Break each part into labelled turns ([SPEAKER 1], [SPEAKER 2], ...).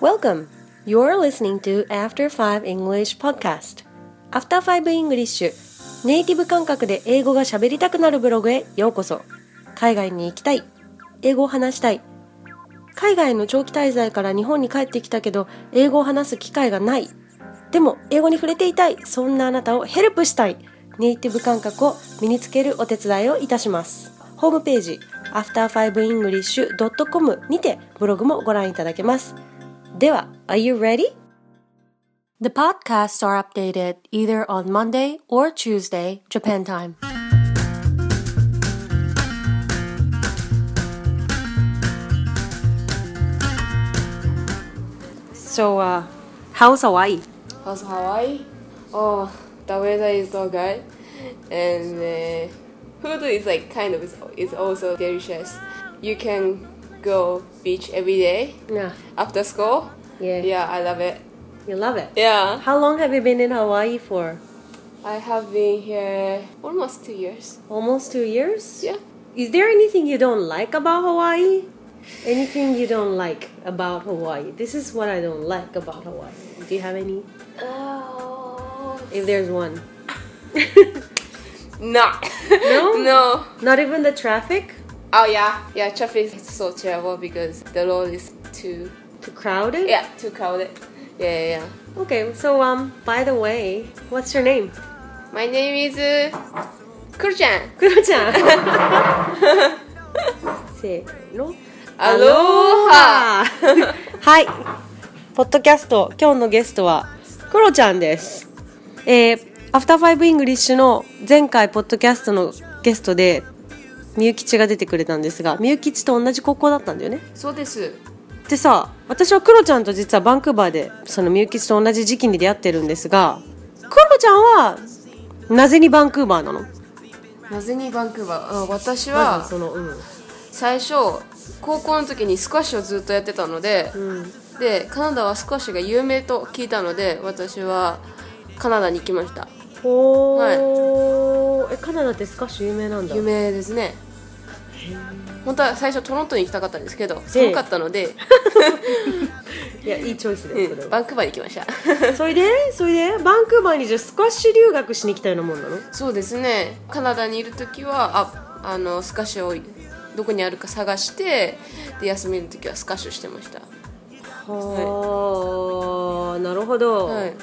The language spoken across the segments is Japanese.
[SPEAKER 1] Welcome! You're listening to After 5 English Podcast. After 5 English ネイティブ感覚で英語が喋りたくなるブログへようこそ。海外に行きたい。英語を話したい。海外の長期滞在から日本に帰ってきたけど、英語を話す機会がない。でも、英語に触れていたい。そんなあなたをヘルプしたい。ネイティブ感覚を身につけるお手伝いをいたします。ホームページ、after5english.com にてブログもご覧いただけます。では、Are you ready? The podcasts are updated either on Monday or Tuesday, Japan time. そう、uh, how's Hawaii?
[SPEAKER 2] How's Hawaii? Oh, the weather is so good, and uh, food is like kind of is also delicious. You can go beach every day
[SPEAKER 1] Yeah,
[SPEAKER 2] after school.
[SPEAKER 1] Yeah.
[SPEAKER 2] yeah, I love it.
[SPEAKER 1] you love it.
[SPEAKER 2] Yeah,
[SPEAKER 1] How long have you been in Hawaii for?
[SPEAKER 2] I have been here almost two years.
[SPEAKER 1] Almost two years?
[SPEAKER 2] Yeah,
[SPEAKER 1] Is there anything you don't like about Hawaii? Anything you don't like about Hawaii? This is what I don't like about Hawaii. Do you have any?
[SPEAKER 2] oh,
[SPEAKER 1] If there's one.
[SPEAKER 2] no,
[SPEAKER 1] No?
[SPEAKER 2] no.
[SPEAKER 1] Not even the traffic?
[SPEAKER 2] Oh yeah, yeah. Traffic is so terrible because the road is too
[SPEAKER 1] Too crowded?
[SPEAKER 2] yeah too crowded. Yeah, yeah. yeah.
[SPEAKER 1] Okay, so um by the way, what's your name?
[SPEAKER 2] My name is uh, Kurchan.
[SPEAKER 1] Kuro-chan. Se no.
[SPEAKER 2] アロハ
[SPEAKER 1] はい。ポッドキャスト、今日のゲストは、クロちゃんです。えー、アフターファイブイングリッシュの前回、ポッドキャストのゲストで、みゆきちが出てくれたんですが、みゆきちと同じ高校だったんだよね。
[SPEAKER 2] そうです。
[SPEAKER 1] でさ、私はクロちゃんと実はバンクーバーで、そのみゆきちと同じ時期に出会ってるんですが、クロちゃんは、なぜにバンクーバーなの
[SPEAKER 2] なぜにバンクーバー、うん、私
[SPEAKER 1] まず
[SPEAKER 2] は
[SPEAKER 1] その、うん。
[SPEAKER 2] 最初高校の時にスカッシュをずっとやってたので、でカナダはスカッシュが有名と聞いたので私はカナダに行きました
[SPEAKER 1] おー、え、カナダってスカッシュ有名なんだ。
[SPEAKER 2] 有名ですね本当は最初トロントに行きたかったんですけど寒かったので、
[SPEAKER 1] いや、いいチョイスだよ、それ
[SPEAKER 2] うん
[SPEAKER 1] は。
[SPEAKER 2] バンクーバーに行きました
[SPEAKER 1] それでそれでバンクーバーにじゃあスカッシュ留学しに来たようなもんなの
[SPEAKER 2] そうですねカナダにいる時はああのスカッシュをどこにあるか探してで休みの時はスカッシュしてました
[SPEAKER 1] はあ、なるほど、
[SPEAKER 2] はい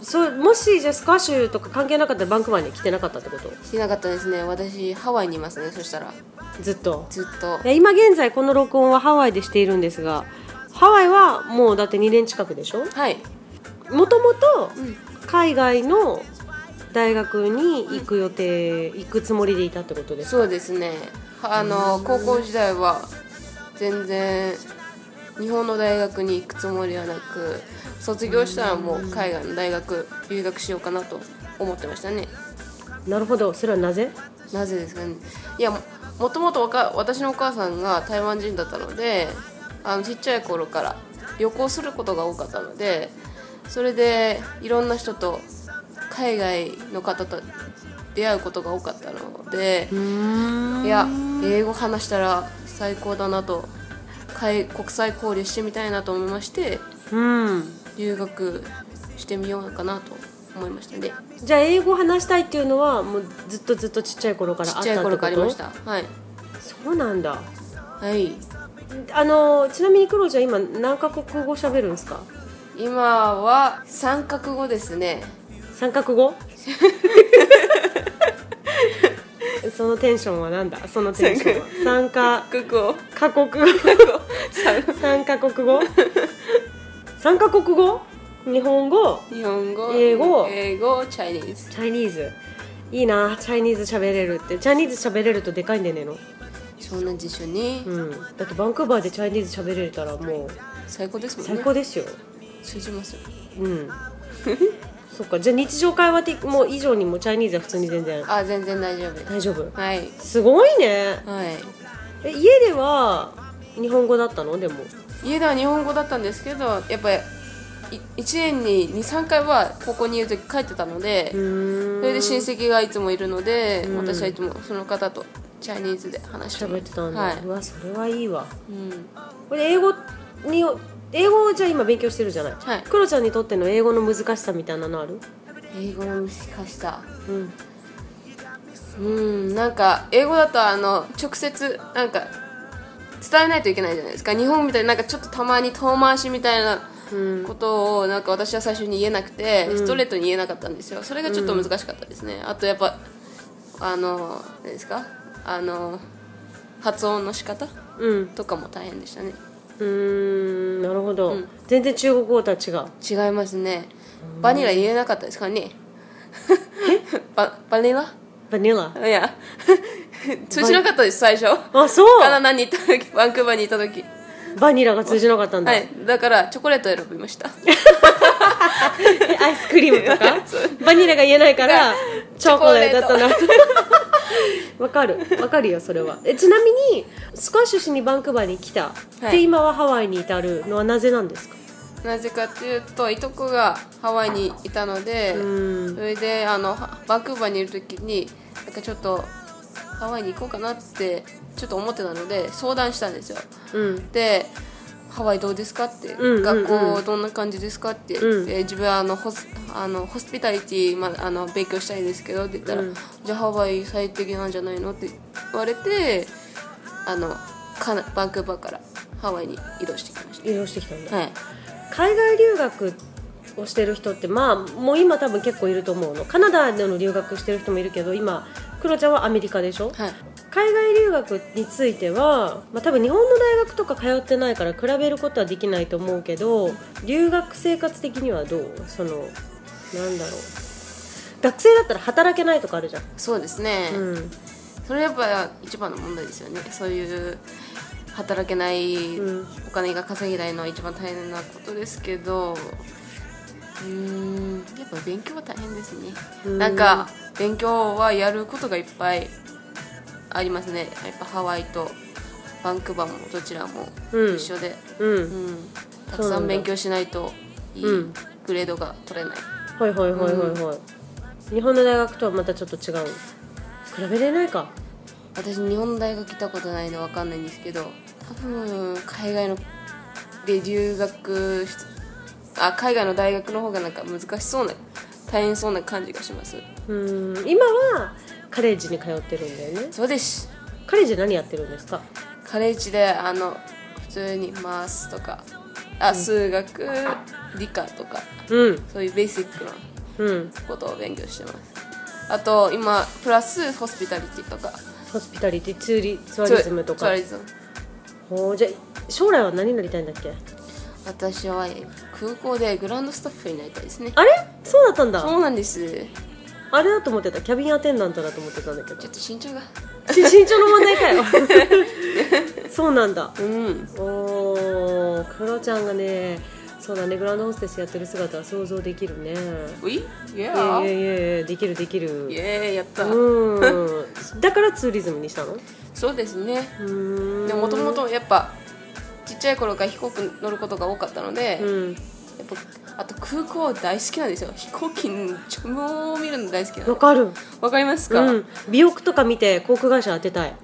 [SPEAKER 1] そうもしじゃあスカッシュとか関係なかったらバンクーバーに来てなかったってこと
[SPEAKER 2] してなかったですね私ハワイにいますねそしたら
[SPEAKER 1] ずっと
[SPEAKER 2] ずっと
[SPEAKER 1] いや今現在この録音はハワイでしているんですがハワイはもうだって2年近くでしょ
[SPEAKER 2] はい
[SPEAKER 1] もともと
[SPEAKER 2] ん
[SPEAKER 1] 海外の大学に行く予定、行くつもりでいたってことです
[SPEAKER 2] そうですねあの高校時代は全然日本の大学に行くつもりはなく卒業したらもう海外の大学留学しようかなと思ってましたね
[SPEAKER 1] なるほどそれはなぜ
[SPEAKER 2] なぜですかねいやももともとわか私のお母さんが台湾人だったのであのちっちゃい頃から旅行することが多かったのでそれでいろんな人と海外の方と出会うことが多かったのでいや英語話したら最高だなと海国際交流してみたいなと思いまして
[SPEAKER 1] うん
[SPEAKER 2] 留学してみようかなと思いましたね
[SPEAKER 1] じゃあ英語を話したいっていうのはもうずっとずっとちっちゃい頃からあっ
[SPEAKER 2] ち
[SPEAKER 1] た
[SPEAKER 2] っ
[SPEAKER 1] っ
[SPEAKER 2] ちゃ
[SPEAKER 1] て
[SPEAKER 2] い
[SPEAKER 1] こと
[SPEAKER 2] 頃からありましたはい
[SPEAKER 1] そうなんだ
[SPEAKER 2] はい
[SPEAKER 1] あのちなみにクロちゃん今何カ国語喋るんですか
[SPEAKER 2] 今は三角語ですね
[SPEAKER 1] 三角 語そのテンションはなんだそのテンションは三カ
[SPEAKER 2] 国語
[SPEAKER 1] カ国語三カ国語三カ国語日本語
[SPEAKER 2] 日本語
[SPEAKER 1] 英語
[SPEAKER 2] 英語チャイニーズ
[SPEAKER 1] チャイニーズいいなチャイニーズ喋れるってチャイニーズ喋れるとでかいんでねえの
[SPEAKER 2] 湘南一緒に
[SPEAKER 1] うんだってバンクーバーでチャイニーズ喋れたらもう
[SPEAKER 2] 最高ですもんね
[SPEAKER 1] 最高ですよ
[SPEAKER 2] 通じますよ
[SPEAKER 1] うん そっかじゃあ日常会話的もう以上にもチャイニーズは普通に全然
[SPEAKER 2] あ全然大丈夫です
[SPEAKER 1] 大丈夫
[SPEAKER 2] はい
[SPEAKER 1] すごいね
[SPEAKER 2] はい
[SPEAKER 1] え家では日本語だったのでも
[SPEAKER 2] 家では日本語だったんですけどやっぱり1年に23回はここにいる時帰ってたのでそれで親戚がいつもいるので私はいつもその方とチャイニーズで話してま
[SPEAKER 1] 喋っ
[SPEAKER 2] す
[SPEAKER 1] てたんだ、
[SPEAKER 2] はいう
[SPEAKER 1] わそれはいいわ
[SPEAKER 2] うん
[SPEAKER 1] これ英語に英語をじゃあ今勉強してるじゃない、
[SPEAKER 2] はい
[SPEAKER 1] クロちゃんにとっての英語の難しさみたいなのある
[SPEAKER 2] 英語の難しさ
[SPEAKER 1] うん
[SPEAKER 2] うんなんか英語だとあの直接なんか伝えないといけないじゃないですか日本みたいになんかちょっとたまに遠回しみたいな
[SPEAKER 1] うん
[SPEAKER 2] ことをなんか私は最初に言えなくて、ストレートに言えなかったんですよそれがちょっと難しかったですね、あとやっぱあの何ですかあの発音の仕方
[SPEAKER 1] うん
[SPEAKER 2] とかも大変でしたね
[SPEAKER 1] うーんなるほど、全然中国語とは違う
[SPEAKER 2] 違いますねバニラ言えなかったですかね ババニラ
[SPEAKER 1] バニラ
[SPEAKER 2] いや 通じなかったです最初
[SPEAKER 1] あそ
[SPEAKER 2] カナ
[SPEAKER 1] う
[SPEAKER 2] ダに行っ た時バンクーバーにいた時
[SPEAKER 1] バニラが通じなかったんだ、
[SPEAKER 2] はいだからチョコレートを選び ました
[SPEAKER 1] えアイスクリームと かバニラが言えないからチョコレートだったな わかるわかるよそれはえちなみにスカッシュしにバンクーバーに来た、
[SPEAKER 2] はい
[SPEAKER 1] で今はハワイに至るのはなぜなんですか
[SPEAKER 2] なぜかっていうといとこがハワイにいたので
[SPEAKER 1] うん
[SPEAKER 2] それであのはバンクーバーにいる時になんかちょっとハワイに行こうかなってちょっと思ってたので相談したんですよ
[SPEAKER 1] うん
[SPEAKER 2] でハワイどうですかって、
[SPEAKER 1] んうんうん
[SPEAKER 2] 学校どんな感じですかって、
[SPEAKER 1] うん
[SPEAKER 2] えー自分はあのホスあのホスピタリティ、ま、あの勉強したいんですけどって言ったら、
[SPEAKER 1] うん
[SPEAKER 2] じゃあハワイ最適なんじゃないのって言われてあのカナバンクーバーからハワイに移動してきまし
[SPEAKER 1] 移動してきたんだ
[SPEAKER 2] た、はい、
[SPEAKER 1] 海外留学をしてる人ってまあもう今多分結構いると思うのカナダでの留学してる人もいるけど今クロちゃんはアメリカでしょ、
[SPEAKER 2] はい、
[SPEAKER 1] 海外留学については、まあ、多分日本の大学とか通ってないから比べることはできないと思うけど留学生活的にはどうそのなんだろう学生だったら働けないとかあるじゃん、
[SPEAKER 2] そうですね、
[SPEAKER 1] うん、
[SPEAKER 2] それやっぱ一番の問題ですよねそういう働けない、
[SPEAKER 1] うん
[SPEAKER 2] お金が稼ぎないのは一番大変なことですけどうーんやっぱ勉強は大変ですね
[SPEAKER 1] うん
[SPEAKER 2] なんか勉強はやることがいっぱいありますねやっぱハワイとバンクーバーもどちらも
[SPEAKER 1] うん
[SPEAKER 2] 一緒で、
[SPEAKER 1] う
[SPEAKER 2] うん
[SPEAKER 1] ん
[SPEAKER 2] たく
[SPEAKER 1] そうな
[SPEAKER 2] さ
[SPEAKER 1] んだ
[SPEAKER 2] ん勉強しないといい
[SPEAKER 1] うん
[SPEAKER 2] グレードが取れない、
[SPEAKER 1] はいはいはいはいはい、日本の大学とはまたちょっと違う比べれないか
[SPEAKER 2] 私日本の大学行ったことないのわかんないんですけど多分海外ので留学しあ海外の大学の方がなんか難しそうな大変そうな感じがします
[SPEAKER 1] うん今はカレッジに通ってるんだよね
[SPEAKER 2] そうです
[SPEAKER 1] カレッジで何やってるんですか
[SPEAKER 2] カレッジであの普通にマースとかあ数学理科とか
[SPEAKER 1] うん
[SPEAKER 2] そういうベーシックな
[SPEAKER 1] うん
[SPEAKER 2] ことを勉強してますあと今プラスホスピタリティとか
[SPEAKER 1] ホスピタリティツーリツアリズムと
[SPEAKER 2] ツア
[SPEAKER 1] か
[SPEAKER 2] リズム
[SPEAKER 1] ほうじゃあ将来は何になりたいんだっけ
[SPEAKER 2] 私は空港でグランドスタッフになりたいですね
[SPEAKER 1] あれそうだったんだ
[SPEAKER 2] そうなんです
[SPEAKER 1] あれだと思ってたキャビンアテンダントだと思ってたんだけど
[SPEAKER 2] ちょっと身長が
[SPEAKER 1] ち身長の問題かよそうなんだ
[SPEAKER 2] うん
[SPEAKER 1] おークロちゃんがねそうだねグランドホステスやってる姿は想像できるね
[SPEAKER 2] ういイ
[SPEAKER 1] い
[SPEAKER 2] エ
[SPEAKER 1] や
[SPEAKER 2] ー
[SPEAKER 1] いや
[SPEAKER 2] イ
[SPEAKER 1] いやいやできるできる
[SPEAKER 2] エーイやった
[SPEAKER 1] うんだからツーリズムにしたのう
[SPEAKER 2] そうですね
[SPEAKER 1] ーん
[SPEAKER 2] でもともとやっぱちっちゃい頃から飛行機乗ることが多かったので、やっ
[SPEAKER 1] うん
[SPEAKER 2] ぱあと空港大好きなんですよ飛行機の直毛を見るの大好きな
[SPEAKER 1] わ
[SPEAKER 2] の
[SPEAKER 1] かる
[SPEAKER 2] わかりますか、
[SPEAKER 1] う
[SPEAKER 2] 確
[SPEAKER 1] ん美容区とか見て航空会社当てたい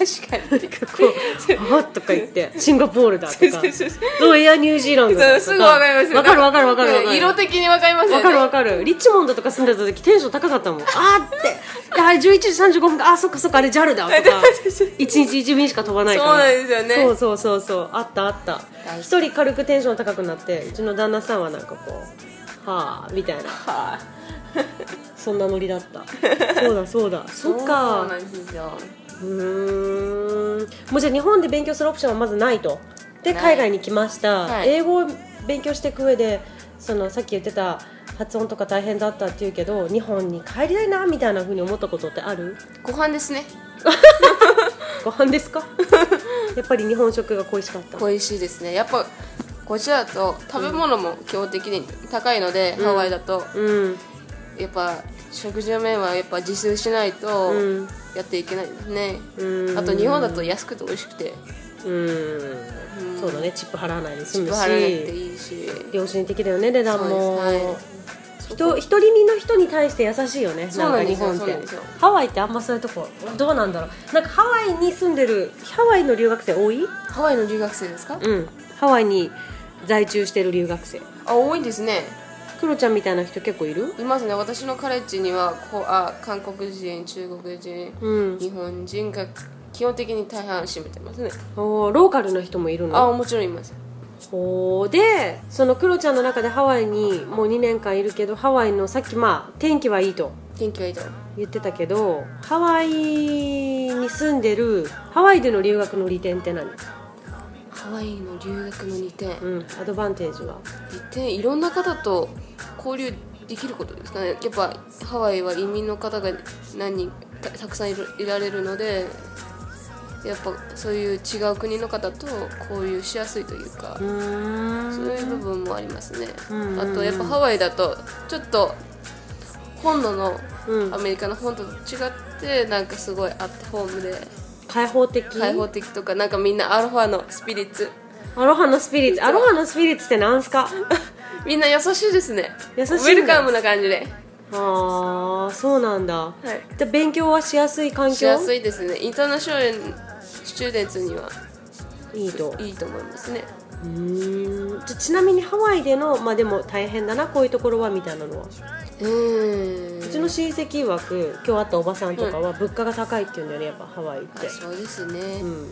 [SPEAKER 2] かに
[SPEAKER 1] こう「あっ」とか言って「シンガポールだ」とか
[SPEAKER 2] そうそうそう
[SPEAKER 1] どうエアニュージーランドだと
[SPEAKER 2] すぐわかりますよ
[SPEAKER 1] わかるわかるわかるわ
[SPEAKER 2] なん
[SPEAKER 1] かる
[SPEAKER 2] 色的にわかりますよ
[SPEAKER 1] わ
[SPEAKER 2] ね
[SPEAKER 1] かるわかるリッチモンドとか住んでた時テンション高かったもんあーってであれ11時35分かあそっかそっかあれ JAL だとか1日1便しか飛ばないから
[SPEAKER 2] そうなんですよね
[SPEAKER 1] そうそうそうそうあったあった
[SPEAKER 2] 大
[SPEAKER 1] 一人軽くテンション高くなってうちの旦那さんはなんかこうはあみたいな
[SPEAKER 2] はあ
[SPEAKER 1] そんなノリだった そうだそうだそっ
[SPEAKER 2] そうな
[SPEAKER 1] か
[SPEAKER 2] んですよ
[SPEAKER 1] うーんもうじゃあ日本で勉強するオプションはまずないとで
[SPEAKER 2] ない
[SPEAKER 1] 海外に来ました、
[SPEAKER 2] はい
[SPEAKER 1] 英語を勉強していく上でそのさっき言ってた発音とか大変だったっていうけど日本に帰りたいなみたいな風に思ったことってある
[SPEAKER 2] ご飯ですね
[SPEAKER 1] ご飯です かやっぱり日本食が恋しかった
[SPEAKER 2] 恋しいですねやっぱこちらだと食べ物も基本的に高いので、ハワイだと
[SPEAKER 1] うん
[SPEAKER 2] やっぱ食事の面はやっぱ自炊しないと
[SPEAKER 1] うん
[SPEAKER 2] やっていけないですね、
[SPEAKER 1] うん
[SPEAKER 2] あと日本だと安くて美味しくて
[SPEAKER 1] うんそうだねチップ払わないで済む
[SPEAKER 2] 払わなくて
[SPEAKER 1] し
[SPEAKER 2] いいし
[SPEAKER 1] 良心的だよね値段も、
[SPEAKER 2] そうです
[SPEAKER 1] 人一人身の人に対して優しいよね
[SPEAKER 2] そうなんですよ
[SPEAKER 1] か日本っ
[SPEAKER 2] そうなんで
[SPEAKER 1] て
[SPEAKER 2] すよ
[SPEAKER 1] ハワイってあんまそういうとこどうなんだろうなんかハワイに住んでるハワイの留学生多い
[SPEAKER 2] ハワイの留学生ですか
[SPEAKER 1] うんハワイに在中してる留学生
[SPEAKER 2] あ多いですね
[SPEAKER 1] クロちゃんみたいな人結構いる
[SPEAKER 2] いますね私のカレッジにはこうあ韓国人中国人、
[SPEAKER 1] うん
[SPEAKER 2] 日本人が基本的に大半占めてますね
[SPEAKER 1] おーローカルの人もいるの
[SPEAKER 2] あもちろんいます
[SPEAKER 1] おーでそのクロちゃんの中でハワイにもう2年間いるけどハワイのさっきまあ天気はいいと
[SPEAKER 2] 天気はいいと
[SPEAKER 1] 言ってたけどハワイに住んでるハワイでの留学の利点って何、
[SPEAKER 2] ハワイの留学の2点
[SPEAKER 1] うん、アドバンテージは
[SPEAKER 2] 2点いろんな方と交流できることですかねやっぱハワイは移民の方が何人たたくさんいるいられるのでやっぱそういう違う国の方と交流しやすいというか、
[SPEAKER 1] うー
[SPEAKER 2] そういう部分もありますね、
[SPEAKER 1] うんうんうん
[SPEAKER 2] あとやっぱハワイだとちょっと本土の、
[SPEAKER 1] うん
[SPEAKER 2] アメリカの本土と違ってなんかすごいアットホームで
[SPEAKER 1] 開放的
[SPEAKER 2] 開放的とかなんかみんなアロファのスピリッツ
[SPEAKER 1] アロハのスピリッツアロハのスピリッツってなんすか
[SPEAKER 2] みんな優しいですね
[SPEAKER 1] 優しいんだ
[SPEAKER 2] ウェルカムな感じで
[SPEAKER 1] ああそうなんだ、はいじゃあ勉強はしやすい環境
[SPEAKER 2] しやすいですねインターナショナルスチューデンツにはい
[SPEAKER 1] いと
[SPEAKER 2] いいと思いますね
[SPEAKER 1] うーんじゃあちなみにハワイでのまあでも大変だなこういうところはみたいなのは
[SPEAKER 2] うーん
[SPEAKER 1] うちの親戚曰く今日会ったおばさんとかは物価が高いって言うんだよねやっぱハワイっ
[SPEAKER 2] あ
[SPEAKER 1] て
[SPEAKER 2] そうですね、
[SPEAKER 1] うん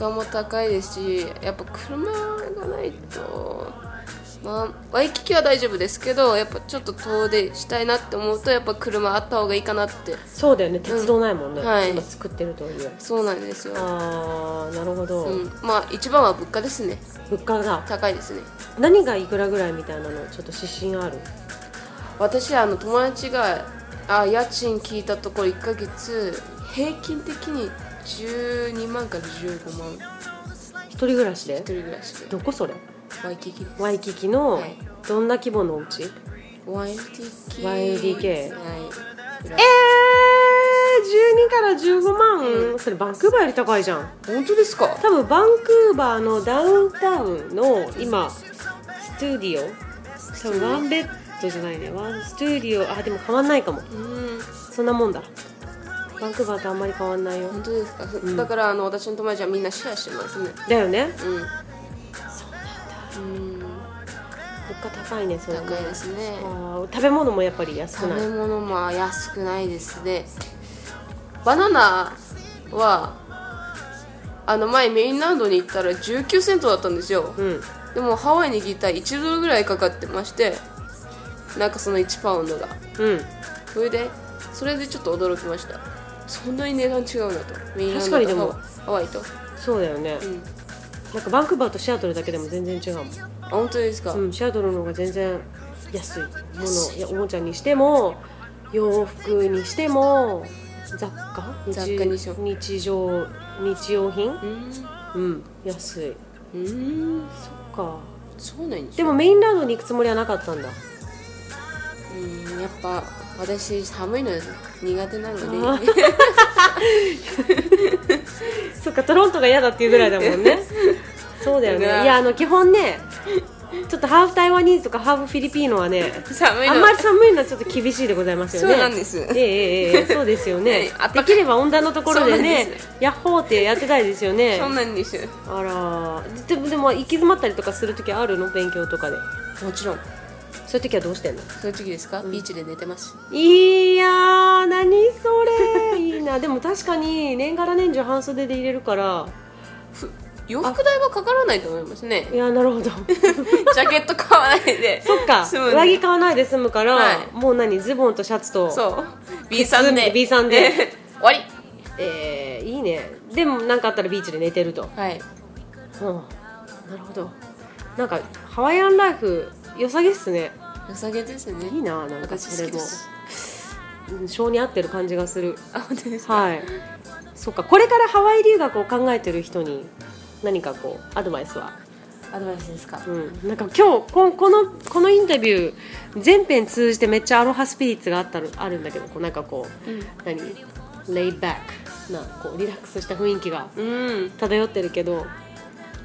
[SPEAKER 2] 物価も高いですしやっぱ車がないとまあワイキキは大丈夫ですけどやっぱちょっと遠出したいなって思うとやっぱ車あった方がいいかなって
[SPEAKER 1] そうだよね鉄道ないもんね、
[SPEAKER 2] うんはい
[SPEAKER 1] 今作ってるという
[SPEAKER 2] そうなんですよ、
[SPEAKER 1] あーなるほど、
[SPEAKER 2] うん、まあ一番は物価ですね
[SPEAKER 1] 物価が
[SPEAKER 2] 高いですね
[SPEAKER 1] 何がいくらぐらいみたいなのちょっと指針ある
[SPEAKER 2] 私あの友達があ家賃聞いたところ1ヶ月平均的に12万から15万
[SPEAKER 1] 一人暮らしで
[SPEAKER 2] 一人暮らしで
[SPEAKER 1] どこそれ
[SPEAKER 2] ワイキキです
[SPEAKER 1] ワイキキの
[SPEAKER 2] はい
[SPEAKER 1] どんな規模のお家、
[SPEAKER 2] ワイキキ
[SPEAKER 1] YDK
[SPEAKER 2] はい
[SPEAKER 1] えー、12から15万、それバンクーバーより高いじゃん
[SPEAKER 2] 本当ですか
[SPEAKER 1] 多分バンクーバーのダウンタウンの今スタディオ多分ワンベッドじゃないねワンスタディオあでも変わんないかも
[SPEAKER 2] うん
[SPEAKER 1] そんなもんだバンクーバーとあんまり変わんないよ
[SPEAKER 2] 本当ですか、ふだからあの私の友達はみんなシェアしてますね
[SPEAKER 1] だよね
[SPEAKER 2] うんそうなんだ
[SPEAKER 1] 物価高いねそれね
[SPEAKER 2] 高いですね
[SPEAKER 1] あー食べ物もやっぱり安く
[SPEAKER 2] 食
[SPEAKER 1] ない
[SPEAKER 2] べ物も安くないですねバナナはあの前メインランドに行ったら19セントだったんですよ
[SPEAKER 1] うん
[SPEAKER 2] でもハワイに行ったら1ドルぐらいかかってましてなんかその1パウンドが
[SPEAKER 1] うん
[SPEAKER 2] それでそれでちょっと驚きましたそんなに値段違うなとメインラン
[SPEAKER 1] 確か
[SPEAKER 2] ド
[SPEAKER 1] にで
[SPEAKER 2] と
[SPEAKER 1] も
[SPEAKER 2] ハワイと
[SPEAKER 1] そうだよね、
[SPEAKER 2] ん
[SPEAKER 1] なんかバンクーバーとシアトルだけでも全然違うもん
[SPEAKER 2] あ本当ですか、
[SPEAKER 1] うん、シアトルの方が全然安いものいやおもちゃにしても洋服にしても雑貨日
[SPEAKER 2] 雑貨にしよう
[SPEAKER 1] 日常日用品うん安いう
[SPEAKER 2] ーん
[SPEAKER 1] そっか
[SPEAKER 2] そうなんです
[SPEAKER 1] で
[SPEAKER 2] よ
[SPEAKER 1] もメインランドに行くつもりはなかったんだ
[SPEAKER 2] うんやっぱ私寒いの苦手な
[SPEAKER 1] あ
[SPEAKER 2] ので
[SPEAKER 1] そっかトロントが嫌だっていうぐらいだもん ねそうだよね
[SPEAKER 2] うわ
[SPEAKER 1] いやあの基本ねちょっとハーフ台湾ニーズとかハーフフィリピーノはね
[SPEAKER 2] 寒いの
[SPEAKER 1] あんまり寒いのはちょっと厳しいでございますよね
[SPEAKER 2] そうなんです
[SPEAKER 1] えええ えええそうですよね
[SPEAKER 2] はいあったか
[SPEAKER 1] でき
[SPEAKER 2] い
[SPEAKER 1] れば温暖のところでね
[SPEAKER 2] そうなんで
[SPEAKER 1] ヤッホーってやってたいですよね
[SPEAKER 2] そうなんですよ
[SPEAKER 1] あらーでもでも行き詰まったりとかする時あるの勉強とかで
[SPEAKER 2] もちろん
[SPEAKER 1] そういう時はどうしてんの
[SPEAKER 2] そういう時ですか、ビーチで寝てます
[SPEAKER 1] いやー何それいいなでも確かに年がら年中半袖で入れるから
[SPEAKER 2] 洋服代はかからないと思います ね
[SPEAKER 1] いやなるほど
[SPEAKER 2] ジャケット買わないで
[SPEAKER 1] そっか、
[SPEAKER 2] そうね
[SPEAKER 1] 上着買わないで済むから、
[SPEAKER 2] はい
[SPEAKER 1] もう何ズボンとシャツと
[SPEAKER 2] そう B さんで
[SPEAKER 1] B さんで
[SPEAKER 2] 終わり
[SPEAKER 1] えー、いいねでも何かあったらビーチで寝てると
[SPEAKER 2] はい
[SPEAKER 1] うん、なるほどなんかハワイアンライフ良さげっすね
[SPEAKER 2] 良さげですね
[SPEAKER 1] いいななんか
[SPEAKER 2] 私
[SPEAKER 1] そ
[SPEAKER 2] 好
[SPEAKER 1] れ
[SPEAKER 2] き
[SPEAKER 1] も
[SPEAKER 2] です
[SPEAKER 1] うん性に合ってる感じがする
[SPEAKER 2] あ本当ですか
[SPEAKER 1] はいそっかこれからハワイ留学を考えてる人に何かこうアドバイスは
[SPEAKER 2] アドバイスですか
[SPEAKER 1] うんなんか今日ここのこのインタビュー全編通じてめっちゃアロハスピリッツがあったのあるんだけどこうなんかこう、何レイバックなこうリラックスした雰囲気が
[SPEAKER 2] うん
[SPEAKER 1] 漂ってるけど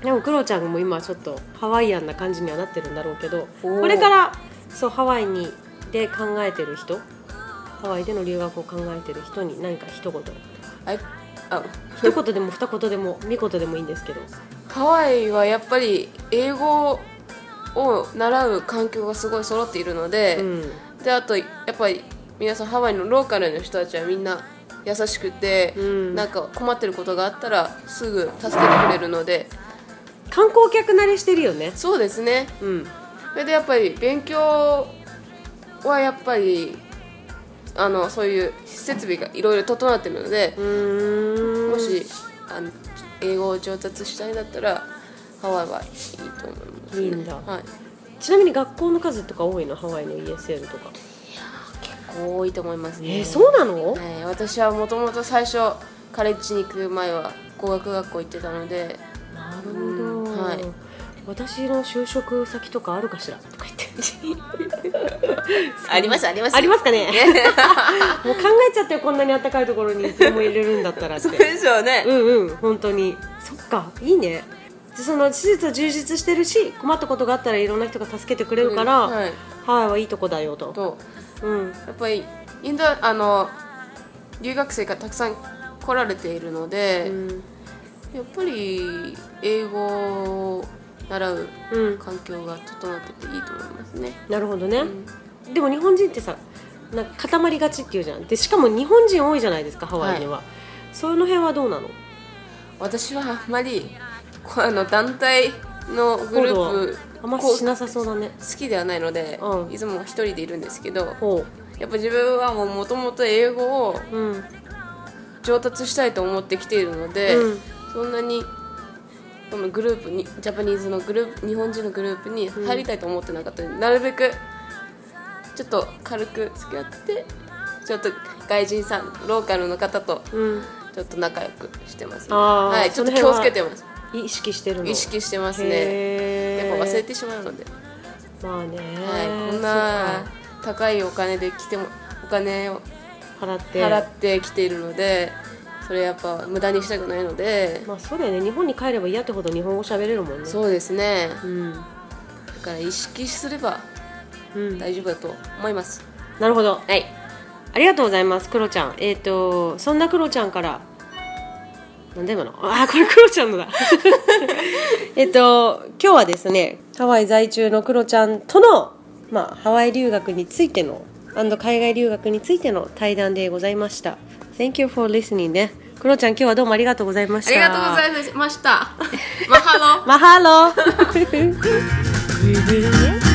[SPEAKER 1] でもクロちゃんも今ちょっとハワイアンな感じにはなってるんだろうけど
[SPEAKER 2] おー
[SPEAKER 1] これからそうハワイにで考えてる人ハワイでの留学を考えてる人に何か一言
[SPEAKER 2] あいあ
[SPEAKER 1] 一言でも二言でも三言でもいいんですけど
[SPEAKER 2] ハワイはやっぱり英語を習う環境がすごい揃っているので、
[SPEAKER 1] うん
[SPEAKER 2] であとやっぱり皆さんハワイのローカルの人たちはみんな優しくて、
[SPEAKER 1] うん
[SPEAKER 2] なんか困ってることがあったらすぐ助けてくれるので
[SPEAKER 1] 観光客慣れしてるよね
[SPEAKER 2] そうですね
[SPEAKER 1] うん
[SPEAKER 2] それでやっぱり勉強はやっぱりあのそういう設備がいろいろ整ってるので、
[SPEAKER 1] うん
[SPEAKER 2] もしあの英語を上達したいんだったらハワイはいいと思います、
[SPEAKER 1] いいんだ
[SPEAKER 2] はい、
[SPEAKER 1] ちなみに学校の数とか多いのハワイの ESL とか
[SPEAKER 2] 多いと思いますね
[SPEAKER 1] えー、そうなの
[SPEAKER 2] はい、私はもともと最初カレッジに行く前は語学学校行ってたので
[SPEAKER 1] なる
[SPEAKER 2] うん
[SPEAKER 1] ほど、
[SPEAKER 2] はい
[SPEAKER 1] 私の就職先とかあるかしらとか言って
[SPEAKER 2] ありますありま す
[SPEAKER 1] ありますかね もう考えちゃってよこんなにあったかいところにいつでも入れるんだった らって
[SPEAKER 2] そうでしょうね、
[SPEAKER 1] うんうん本当にそっかいいねでその施設は充実してるし困ったことがあったらいろんな人が助けてくれるから、
[SPEAKER 2] うんはい
[SPEAKER 1] ハワイはいいとこだよと
[SPEAKER 2] と
[SPEAKER 1] うん
[SPEAKER 2] やっぱりインドあの留学生がたくさん来られているので、
[SPEAKER 1] うん
[SPEAKER 2] やっぱり英語を習う
[SPEAKER 1] うん
[SPEAKER 2] 環境が整ってていいと思いますね、
[SPEAKER 1] なるほどね、でも日本人ってさなんか固まりがちっていうじゃんでしかも日本人多いじゃないですかハワイには、その辺はどうなの
[SPEAKER 2] 私はあんまりこうあの団体のグループ
[SPEAKER 1] あんま
[SPEAKER 2] こう
[SPEAKER 1] しなさそうだね
[SPEAKER 2] 好きではないので、
[SPEAKER 1] うん
[SPEAKER 2] いつも一人でいるんですけど
[SPEAKER 1] ほ
[SPEAKER 2] やっぱ自分はもともと英語を
[SPEAKER 1] ううん
[SPEAKER 2] 上達したいと思ってきているので、
[SPEAKER 1] うん
[SPEAKER 2] そんなにこのグループにジャパニーズのグループ日本人のグループに入りたいと思ってなかったので、なるべくちょっと軽く付き合ってちょっと外人さんローカルの方と
[SPEAKER 1] うん
[SPEAKER 2] ちょっと仲良くしてますね
[SPEAKER 1] あー
[SPEAKER 2] はいちょっと
[SPEAKER 1] そ
[SPEAKER 2] 気
[SPEAKER 1] の辺
[SPEAKER 2] をつ
[SPEAKER 1] は
[SPEAKER 2] けてます
[SPEAKER 1] 意識してるの
[SPEAKER 2] 意識してますねや
[SPEAKER 1] ね
[SPEAKER 2] っぱ忘れてしまうので、
[SPEAKER 1] まあね、
[SPEAKER 2] はい、こん
[SPEAKER 1] そう
[SPEAKER 2] な
[SPEAKER 1] か
[SPEAKER 2] 高いお金で来てもお金を
[SPEAKER 1] 払って
[SPEAKER 2] 払ってきているのでそれやっぱ無駄にしたくないので、
[SPEAKER 1] まあそうだよね日本に帰れば嫌ってほど日本語喋れるもんね
[SPEAKER 2] そうですね
[SPEAKER 1] うん、
[SPEAKER 2] だから意識すれば
[SPEAKER 1] うん、
[SPEAKER 2] 大丈夫だと思います、
[SPEAKER 1] なるほど
[SPEAKER 2] はい
[SPEAKER 1] ありがとうございますクロちゃんえっ、とそんなクロちゃんからなんで今のあーこれクロちゃんのだえっと今日はですねハワイ在住のクロちゃんとの、まあ、ハワイ留学についての海外留学についての対談でございました Thank you for listening ねクロちゃん今日はどうもありがとうございまし
[SPEAKER 2] あ
[SPEAKER 1] た
[SPEAKER 2] りがとうございましたマハロ
[SPEAKER 1] マハロー
[SPEAKER 3] We will